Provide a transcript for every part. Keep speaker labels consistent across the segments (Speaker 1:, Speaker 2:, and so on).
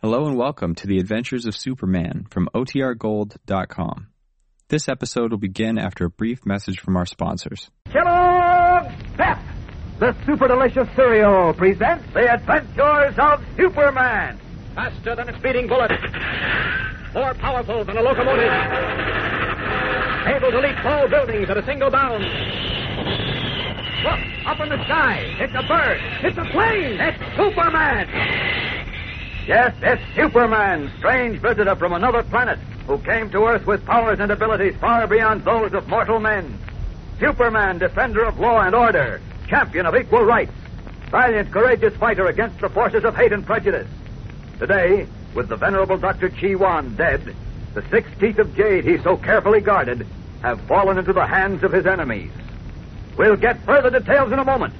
Speaker 1: Hello and welcome to the Adventures of Superman from OTRGold.com. This episode will begin after a brief message from our sponsors.
Speaker 2: Kellogg's Pep, the super delicious cereal, presents The Adventures of Superman. Faster than a speeding bullet, more powerful than a locomotive, able to leap tall buildings at a single bound. Look, up in the sky, it's a bird, it's a plane, it's Superman. Yes, it's Superman, strange visitor from another planet who came to Earth with powers and abilities far beyond those of mortal men. Superman, defender of law and order, champion of equal rights, valiant, courageous fighter against the forces of hate and prejudice. Today, with the venerable Dr. Chi Wan dead, the six teeth of jade he so carefully guarded have fallen into the hands of his enemies. We'll get further details in a moment.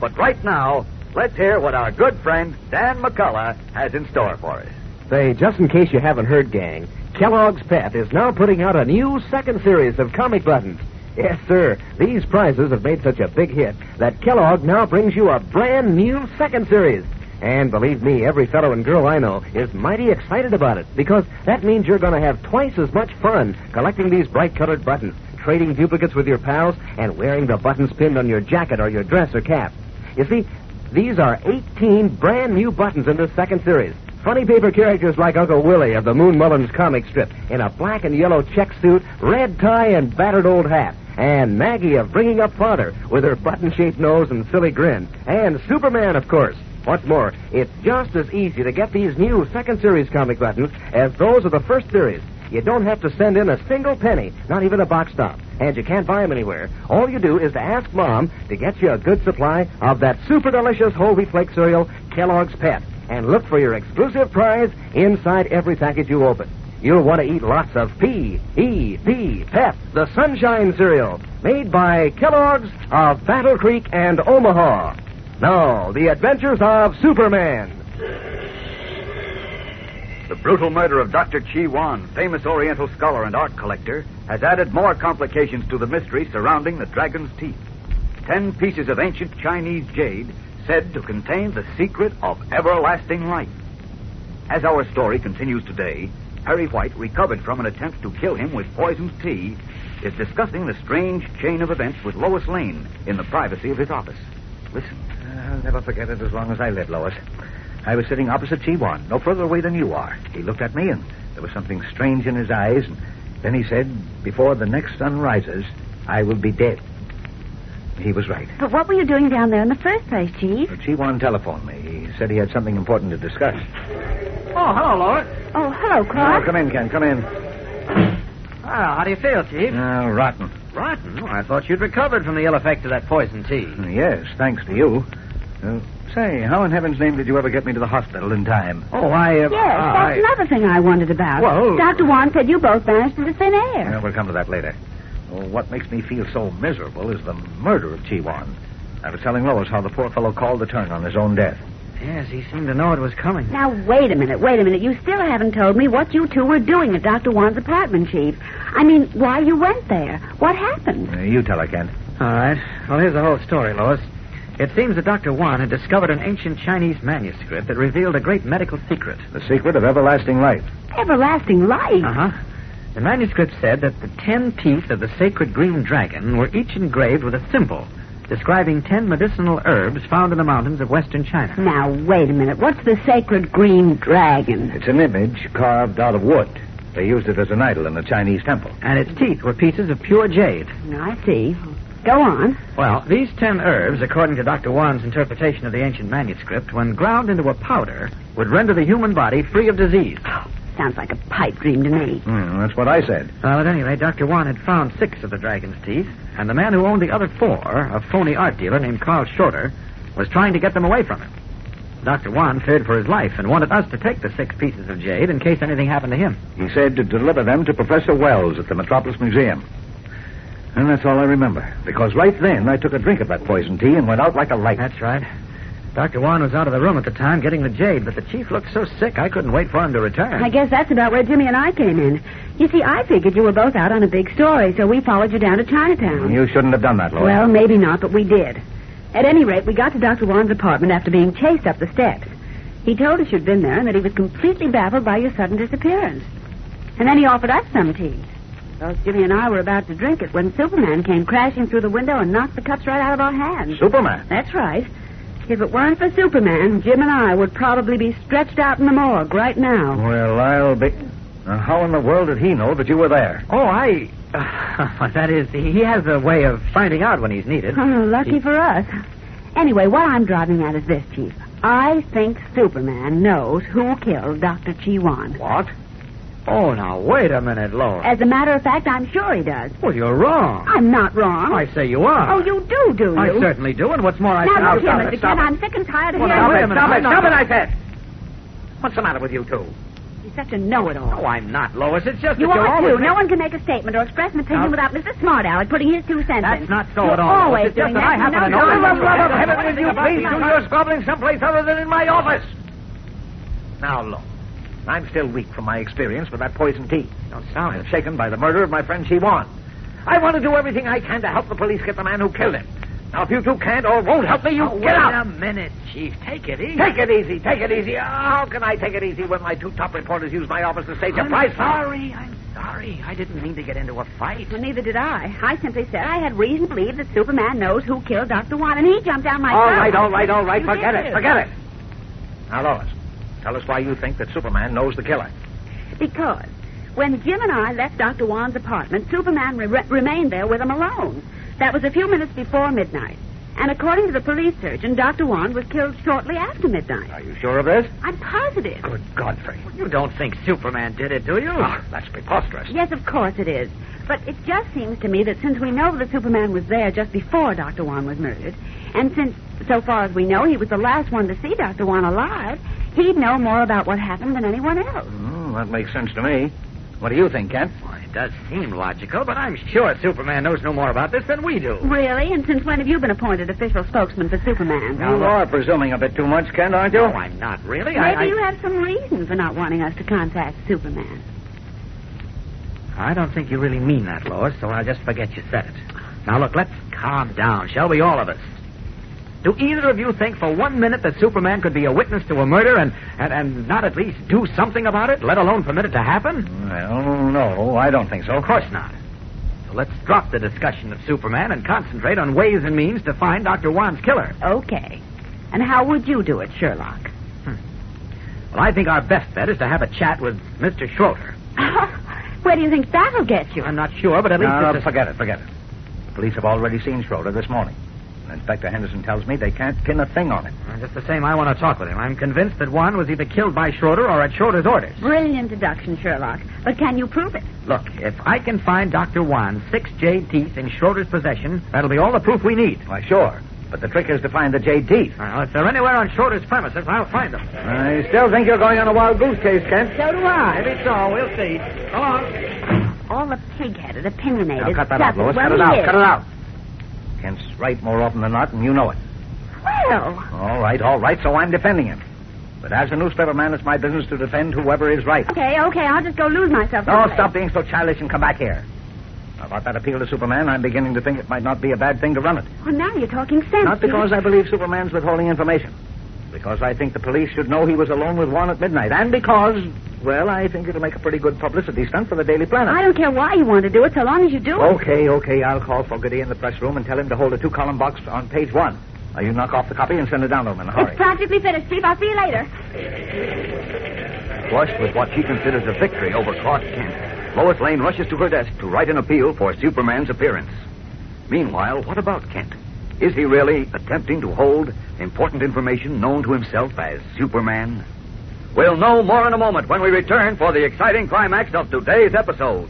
Speaker 2: But right now, let's hear what our good friend Dan McCullough has in store for us.
Speaker 3: Say, just in case you haven't heard, gang, Kellogg's Pep is now putting out a new second series of comic buttons. Yes, sir. These prizes have made such a big hit that Kellogg now brings you a brand new second series. And believe me, every fellow and girl I know is mighty excited about it because that means you're going to have twice as much fun collecting these bright colored buttons, trading duplicates with your pals, and wearing the buttons pinned on your jacket or your dress or cap. You see, these are 18 brand new buttons in this second series. Funny paper characters like Uncle Willie of the Moon Mullins comic strip in a black and yellow check suit, red tie, and battered old hat. And Maggie of Bringing Up Father with her button shaped nose and silly grin. And Superman, of course. What's more, it's just as easy to get these new second series comic buttons as those of the first series. You don't have to send in a single penny, not even a box stop. And you can't buy them anywhere. All you do is to ask Mom to get you a good supply of that super delicious whole wheat flake cereal, Kellogg's Pet. And look for your exclusive prize inside every package you open. You'll want to eat lots of P.E.P. Pep, the sunshine cereal, made by Kellogg's of Battle Creek and Omaha. Now, the adventures of Superman.
Speaker 2: The brutal murder of Dr. Chi Wan, famous Oriental scholar and art collector, has added more complications to the mystery surrounding the dragon's teeth. Ten pieces of ancient Chinese jade said to contain the secret of everlasting life. As our story continues today, Harry White, recovered from an attempt to kill him with poisoned tea, is discussing the strange chain of events with Lois Lane in the privacy of his office. Listen.
Speaker 4: I'll never forget it as long as I live, Lois. I was sitting opposite Chiwan, no further away than you are. He looked at me, and there was something strange in his eyes, and then he said, Before the next sun rises, I will be dead. He was right.
Speaker 5: But what were you doing down there in the first place, Chief?
Speaker 4: Chiwan telephoned me. He said he had something important to discuss.
Speaker 6: Oh, hello, Lois.
Speaker 5: Oh, hello,
Speaker 4: Oh,
Speaker 5: Clark.
Speaker 4: come in, Ken, come in.
Speaker 6: Ah, how do you feel, Chief?
Speaker 4: Oh, rotten.
Speaker 6: Rotten? Oh, I thought you'd recovered from the ill effect of that poison tea.
Speaker 4: Yes, thanks to you. Uh, say, how in heaven's name did you ever get me to the hospital in time?
Speaker 6: Oh, I. Uh,
Speaker 5: Yes, that's another thing I wondered about.
Speaker 4: Well-
Speaker 5: Dr. Wan said you both vanished into thin air.
Speaker 4: Well, we'll come to that later. Well, what makes me feel so miserable is the murder of Chiwan. I was telling Lois how the poor fellow called the turn on his own death.
Speaker 6: Yes, he seemed to know it was coming.
Speaker 5: Now, wait a minute, wait a minute. You still haven't told me what you two were doing at Dr. Wan's apartment, Chief. I mean, why you went there. What happened?
Speaker 4: Uh, you tell her, Kent.
Speaker 6: All right. Well, here's the whole story, Lois. It seems that Dr. Wan had discovered an ancient Chinese manuscript that revealed a great medical secret.
Speaker 4: The secret of everlasting life.
Speaker 5: Everlasting life.
Speaker 6: Uh huh. The manuscript said that the ten teeth of the sacred green dragon were each engraved with a symbol describing ten medicinal herbs found in the mountains of western China.
Speaker 5: Now, wait a minute. What's the sacred green dragon?
Speaker 4: It's an image carved out of wood. They used it as an idol in a Chinese temple.
Speaker 6: And its teeth were pieces of pure jade.
Speaker 5: I see. Go on.
Speaker 6: Well, these ten herbs, according to Dr. Wan's interpretation of the ancient manuscript, when ground into a powder, would render the human body free of disease.
Speaker 5: Sounds like a pipe dream to me.
Speaker 4: Hmm, that's what I said.
Speaker 6: Well, at any rate, Dr. Wan had found six of the dragon's teeth, and the man who owned the other four, a phony art dealer named Carl Shorter, was trying to get them away from him. Dr. Wan feared for his life and wanted us to take the six pieces of jade in case anything happened to him.
Speaker 4: He said to deliver them to Professor Wells at the Metropolis Museum. And that's all I remember. Because right then I took a drink of that poison tea and went out like a light.
Speaker 6: That's right. Dr. Wan was out of the room at the time getting the jade, but the chief looked so sick I couldn't wait for him to return.
Speaker 5: I guess that's about where Jimmy and I came in. You see, I figured you were both out on a big story, so we followed you down to Chinatown.
Speaker 4: You shouldn't have done that, Lois.
Speaker 5: Well, maybe not, but we did. At any rate, we got to Dr. Wan's apartment after being chased up the steps. He told us you'd been there and that he was completely baffled by your sudden disappearance. And then he offered us some tea. Both Jimmy and I were about to drink it when Superman came crashing through the window and knocked the cups right out of our hands.
Speaker 4: Superman.
Speaker 5: That's right. If it weren't for Superman, Jim and I would probably be stretched out in the morgue right now.
Speaker 4: Well, I'll be. Uh-huh. Now, how in the world did he know that you were there?
Speaker 6: Oh, I. uh, that is, he has a way of finding out when he's needed.
Speaker 5: Oh, lucky for us. Anyway, what I'm driving at is this, Chief. I think Superman knows who killed Dr. Chi Wan.
Speaker 4: What?
Speaker 6: Oh, now, wait a minute, Laura.
Speaker 5: As a matter of fact, I'm sure he does.
Speaker 6: Well, you're wrong.
Speaker 5: I'm not wrong.
Speaker 6: I say you are.
Speaker 5: Oh, you do, do you?
Speaker 6: I certainly do, and what's more, I say... Now,
Speaker 5: Now, look here,
Speaker 6: stop
Speaker 5: Mr.
Speaker 6: it, stop
Speaker 5: Kent,
Speaker 6: it.
Speaker 5: I'm sick and tired of
Speaker 6: Well,
Speaker 5: hearing
Speaker 6: now, wait a
Speaker 5: you.
Speaker 6: minute, I'm not-
Speaker 4: said. What's the matter with you two?
Speaker 5: He's such a
Speaker 6: Oh,
Speaker 5: know-it-all.
Speaker 6: I'm not, Lois. It's just
Speaker 5: You
Speaker 6: that you're
Speaker 5: are
Speaker 6: always...
Speaker 5: too. No one can make a statement or express an opinion
Speaker 6: Now-
Speaker 5: without Mr. Smart Aleck putting his two cents
Speaker 6: That's
Speaker 5: in.
Speaker 6: not so
Speaker 5: You're
Speaker 6: at all.
Speaker 5: always
Speaker 6: It's just
Speaker 5: doing
Speaker 6: that I
Speaker 5: that.
Speaker 6: happen to
Speaker 5: You
Speaker 6: know
Speaker 5: know
Speaker 6: that. Love of
Speaker 5: nothing about
Speaker 6: heaven,
Speaker 5: it.
Speaker 6: will you please do
Speaker 5: Nothing.
Speaker 4: your squabbling someplace other than in my office? Now, look. I'm still weak from my experience with that poison tea.
Speaker 6: Don't sound
Speaker 4: I'm
Speaker 6: it.
Speaker 4: shaken by the murder of my friend Siwan. I want to do everything I can to help the police get the man who killed him. Now, if you two can't or won't help me, you
Speaker 6: Oh,
Speaker 4: get out.
Speaker 6: minute, Chief. Take it easy.
Speaker 4: Take it easy, take it easy. How can I take it easy when my two top reporters use my office to stage a
Speaker 6: I'm
Speaker 4: prize fight?
Speaker 6: sorry. I'm sorry. I didn't mean to get into a fight.
Speaker 5: Well, neither did I. I simply said I had reason to believe that Superman knows who killed Dr. Wan, and he jumped down my
Speaker 4: All
Speaker 5: throat.
Speaker 4: right, all right, all right.
Speaker 5: You
Speaker 4: Forget
Speaker 5: did
Speaker 4: it,
Speaker 5: too.
Speaker 4: forget it. Now, Lois, tell us why you think that Superman knows the killer.
Speaker 5: Because when Jim and I left Dr. Wan's apartment, Superman re- remained there with him alone. That was a few minutes before midnight. And according to the police surgeon, Dr. Wan was killed shortly after midnight.
Speaker 4: Are you sure of this?
Speaker 5: I'm positive.
Speaker 4: Good Godfrey.
Speaker 6: You don't think Superman did it, do you?
Speaker 4: Ah, that's preposterous.
Speaker 5: Yes, of course it is. But it just seems to me that since we know that Superman was there just before Dr. Wan was murdered, and since, so far as we know, he was the last one to see Dr. Wan alive, he'd know more about what happened than anyone else.
Speaker 4: Hmm, that makes sense to me. What do you think, Kent?
Speaker 6: Well, it does seem logical, but I'm sure Superman knows no more about this than we do.
Speaker 5: Really? And since when have you been appointed official spokesman for Superman?
Speaker 4: You are presuming a bit too much, Kent, aren't you?
Speaker 6: No, I'm not really.
Speaker 5: Maybe
Speaker 6: I, I,
Speaker 5: you have some reason for not wanting us to contact Superman.
Speaker 6: I don't think you really mean that, Lois, so I'll just forget you said it. Now, look, let's calm down, shall we, all of us? Do either of you think for one minute that Superman could be a witness to a murder and, and, and not at least do something about it, let alone permit it to happen?
Speaker 4: Well, no, I don't think so.
Speaker 6: Of course not. So let's drop the discussion of Superman and concentrate on ways and means to find Dr. Wan's killer.
Speaker 5: Okay. And how would you do it, Sherlock?
Speaker 6: Well, I think our best bet is to have a chat with Mr. Schroeder.
Speaker 5: Where do you think that'll get you?
Speaker 6: I'm not sure, but at least
Speaker 4: No,
Speaker 6: it's
Speaker 4: no,
Speaker 6: a-
Speaker 4: forget it, forget it. The police have already seen Schroeder this morning. And Inspector Henderson tells me they can't pin a thing on him.
Speaker 6: Uh, Just the same, I want to talk with him. I'm convinced that Juan was either killed by Schroeder or at Schroeder's orders.
Speaker 5: Brilliant deduction, Sherlock. But can you prove it?
Speaker 6: Look, if I can find Dr. Juan's six jade teeth in Schroeder's possession, that'll be all the proof we need.
Speaker 4: Why, sure. But the trick is to find the JD.
Speaker 6: Well, if they're anywhere on Schroeder's premises, I'll find them.
Speaker 4: I still think you're going on a wild goose chase, Kent.
Speaker 5: So do I.
Speaker 6: Maybe so. We'll see. Come on.
Speaker 5: All the pig-headed, opinionated.
Speaker 4: Now, cut that out,
Speaker 5: stuff
Speaker 4: Lois.
Speaker 5: that-
Speaker 4: Cut it
Speaker 5: well,
Speaker 4: out.
Speaker 5: he is.
Speaker 4: Cut it out. Kent's right more often than not, and you know it.
Speaker 5: Well,
Speaker 4: All right, all right, so I'm defending him. But as a newspaper man, it's my business to defend whoever is right.
Speaker 5: okay, okay. I'll just go lose myself.
Speaker 4: No,
Speaker 5: someplace.
Speaker 4: stop being so childish and come back here. About that appeal to Superman, I'm beginning to think it might not be a bad thing to run it.
Speaker 5: Well, now you're talking sense.
Speaker 4: Not because I believe Superman's withholding information. Because I think the police should know he was alone with Juan at midnight. And because, well, I think it'll make a pretty good publicity stunt for the Daily
Speaker 5: I
Speaker 4: Planet.
Speaker 5: don't care why you want to do it, so long as you do it.
Speaker 4: Okay, okay, I'll call Fogarty in the press room and tell him to hold a two column box on page one. Now, you knock off the copy and send it down to him in a hurry.
Speaker 5: It's practically finished, Chief. I'll see you later.
Speaker 7: Flushed with what she considers a victory over Clark Kent, Lois Lane rushes to her desk to write an appeal for Superman's appearance. Meanwhile, what about Kent? Is he really attempting to hold important information known to himself as Superman? We'll know more in a moment when we return for the exciting climax of today's episode.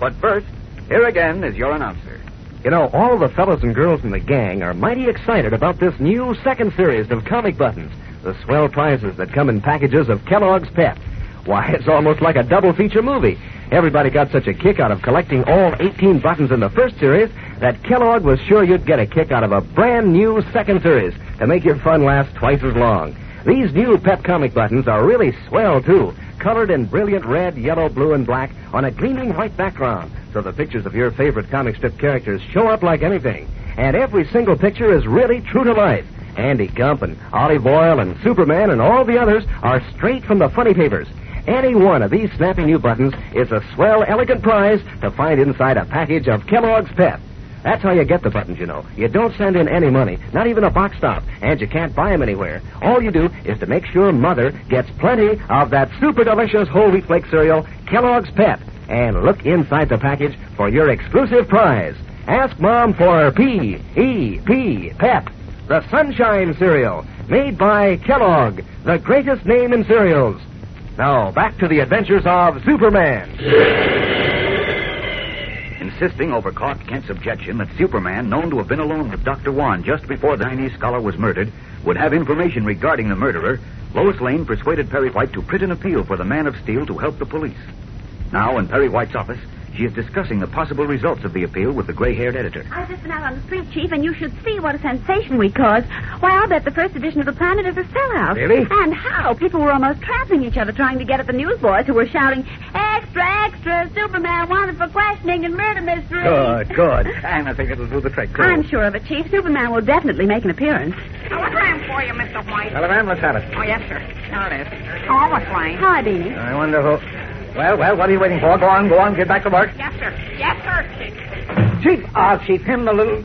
Speaker 7: But first, here again is your announcer.
Speaker 3: You know, all the fellas and girls in the gang are mighty excited about this new second series of Comic Buttons, the swell prizes that come in packages of Kellogg's Pep. Why, it's almost like a double feature movie. Everybody got such a kick out of collecting all 18 buttons in the first series that Kellogg was sure you'd get a kick out of a brand new second series to make your fun last twice as long. These new Pep Comic Buttons are really swell, too, colored in brilliant red, yellow, blue, and black on a gleaming white background, so the pictures of your favorite comic strip characters show up like anything. And every single picture is really true to life. Andy Gump and Olive Oil and Superman and all the others are straight from the funny papers. Any one of these snappy new buttons is a swell, elegant prize to find inside a package of Kellogg's Pep. That's how you get the buttons, you know. You don't send in any money, not even a box stop, and you can't buy 'em anywhere. All you do is to make sure Mother gets plenty of that super delicious whole wheat flake cereal, Kellogg's Pep, and look inside the package for your exclusive prize. Ask Mom for P E P Pep, the Sunshine cereal, made by Kellogg, the greatest name in cereals. Now back to the adventures of Superman.
Speaker 4: Insisting over Clark Kent's objection that Superman, known to have been alone with Dr. Wan just before the Chinese scholar was murdered, would have information regarding the murderer, Lois Lane persuaded Perry White to print an appeal for the Man of Steel to help the police. Now, in Perry White's office, she is discussing the possible results of the appeal with the gray haired editor.
Speaker 5: I've just been out on the street, Chief, and you should see what a sensation we caused. Why, I'll bet the first edition of the Planet is a sellout.
Speaker 3: Really?
Speaker 5: And how? People were almost trampling each other trying to get at the newsboys who were shouting, Extra, extra, Superman wanted for questioning and murder mystery.
Speaker 8: Good, good. And I think it'll do the trick, too.
Speaker 5: I'm sure of it, Chief. Superman will definitely make an appearance.
Speaker 9: Telegram for you, Mr. White.
Speaker 8: Telegram, let's have it.
Speaker 9: Oh, yes, sir. Here it is. Oh, Miss Lane.
Speaker 5: Hi, Beanie.
Speaker 8: I wonder who. Well, well, what are you waiting for? Go on, go on, get back to work.
Speaker 9: Yes, sir. Yes, sir.
Speaker 8: Chief, I'll chief him the little.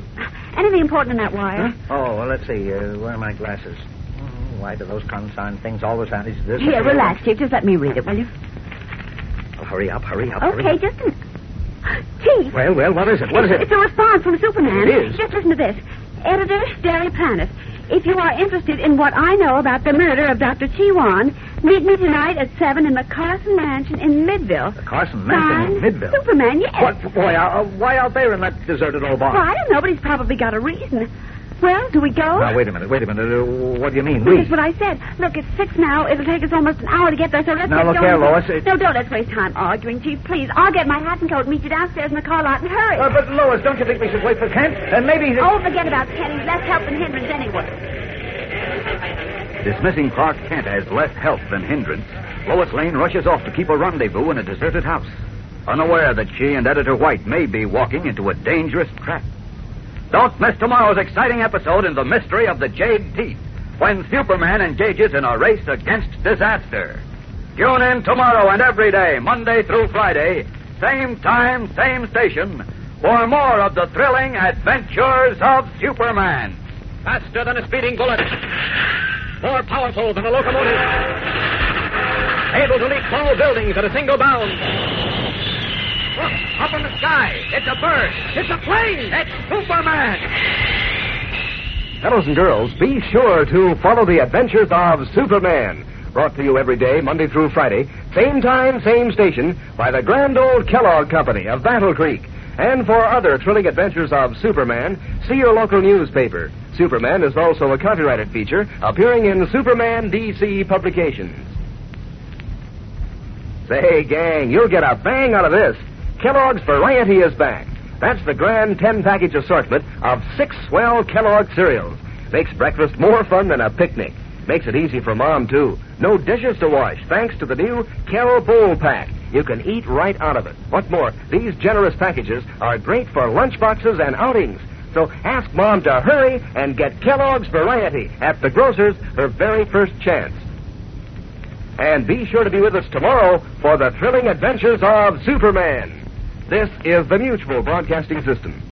Speaker 5: Anything important in that wire?
Speaker 8: Oh, well, let's see. Uh, where are my glasses? Oh, Why do those consigned things always have these? This
Speaker 5: Here, relax, Chief. Just let me read it, will you?
Speaker 8: Oh, hurry up, hurry up, hurry
Speaker 5: Okay,
Speaker 8: up.
Speaker 5: just a Chief!
Speaker 8: Well, well, what is it? What is it?
Speaker 5: It's a response from Superman.
Speaker 8: It is?
Speaker 5: Just listen to this. Editor, Dairy Planet. If you are interested in what I know about the murder of Dr. Chi Wan, meet me tonight at 7 in the Carson Mansion in Midville.
Speaker 8: Carson Mansion in
Speaker 5: Signed,
Speaker 8: Midville.
Speaker 5: Superman, yes.
Speaker 8: What? Why, uh, why out there in that deserted old barn?
Speaker 5: Well, I don't know, but he's probably got a reason. Well, do we go?
Speaker 8: Now, wait a minute, wait a minute. Uh, what do you mean,
Speaker 5: Well,
Speaker 8: we?
Speaker 5: That's what I said. Look, it's six now. It'll take us almost an hour to get there, so let's
Speaker 8: Now,
Speaker 5: get
Speaker 8: look
Speaker 5: going.
Speaker 8: here, Lois, it-
Speaker 5: No, don't let's waste time arguing, Chief. Please, I'll get my hat and coat and meet you downstairs in the car lot and hurry.
Speaker 8: Uh, but, Lois, don't you think we should wait for Kent? And maybe...
Speaker 5: Oh, forget about Kenny. Less help than hindrance anyway.
Speaker 4: Dismissing Clark Kent as less help than hindrance, Lois Lane rushes off to keep a rendezvous in a deserted house, unaware that she and Editor White may be walking into a dangerous trap. Don't miss tomorrow's exciting episode in The Mystery of the Jade Teeth, when Superman engages in a race against disaster. Tune in tomorrow and every day, Monday through Friday, same time, same station, for more of the thrilling adventures of Superman.
Speaker 10: Faster than a speeding bullet. More powerful than a locomotive. Able to leap tall buildings at a single bound. Look, up in the sky. It's a bird. It's a plane. It's Superman.
Speaker 3: Fellows and girls, be sure to follow the adventures of Superman. Brought to you every day, Monday through Friday, same time, same station, by the grand old Kellogg Company of Battle Creek. And for other thrilling adventures of Superman, see your local newspaper. Superman is also a copyrighted feature appearing in Superman DC publications. Say, gang, you'll get a bang out of this. Kellogg's Variety is back. That's the grand 10 package assortment of six swell Kellogg cereals. Makes breakfast more fun than a picnic. Makes it easy for mom, too. No dishes to wash thanks to the new Carol Bowl Pack. You can eat right out of it. What's more, these generous packages are great for lunchboxes and outings. So ask mom to hurry and get Kellogg's Variety at the grocer's her very first chance. And be sure to be with us tomorrow for the thrilling adventures of Superman. This is the Mutual Broadcasting System.